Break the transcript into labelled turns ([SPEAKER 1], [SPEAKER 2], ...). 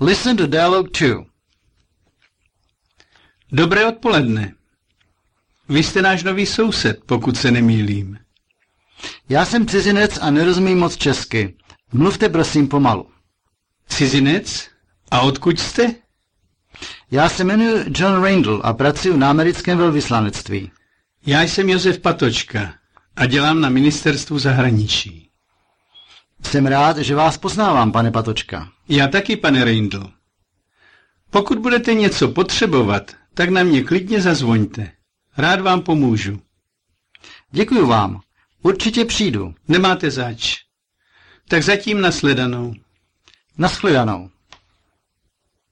[SPEAKER 1] Listen to dialogue 2. Dobré odpoledne. Vy jste náš nový soused, pokud se nemýlím.
[SPEAKER 2] Já jsem cizinec a nerozumím moc česky. Mluvte prosím pomalu.
[SPEAKER 1] Cizinec? A odkud jste?
[SPEAKER 2] Já se jmenuji John Randall a pracuji na americkém velvyslanectví.
[SPEAKER 1] Já jsem Josef Patočka a dělám na ministerstvu zahraničí.
[SPEAKER 2] Jsem rád, že vás poznávám, pane Patočka.
[SPEAKER 1] Já taky, pane Reindl. Pokud budete něco potřebovat, tak na mě klidně zazvoňte. Rád vám pomůžu.
[SPEAKER 2] Děkuji vám. Určitě přijdu.
[SPEAKER 1] Nemáte zač. Tak zatím nasledanou.
[SPEAKER 2] Naschledanou.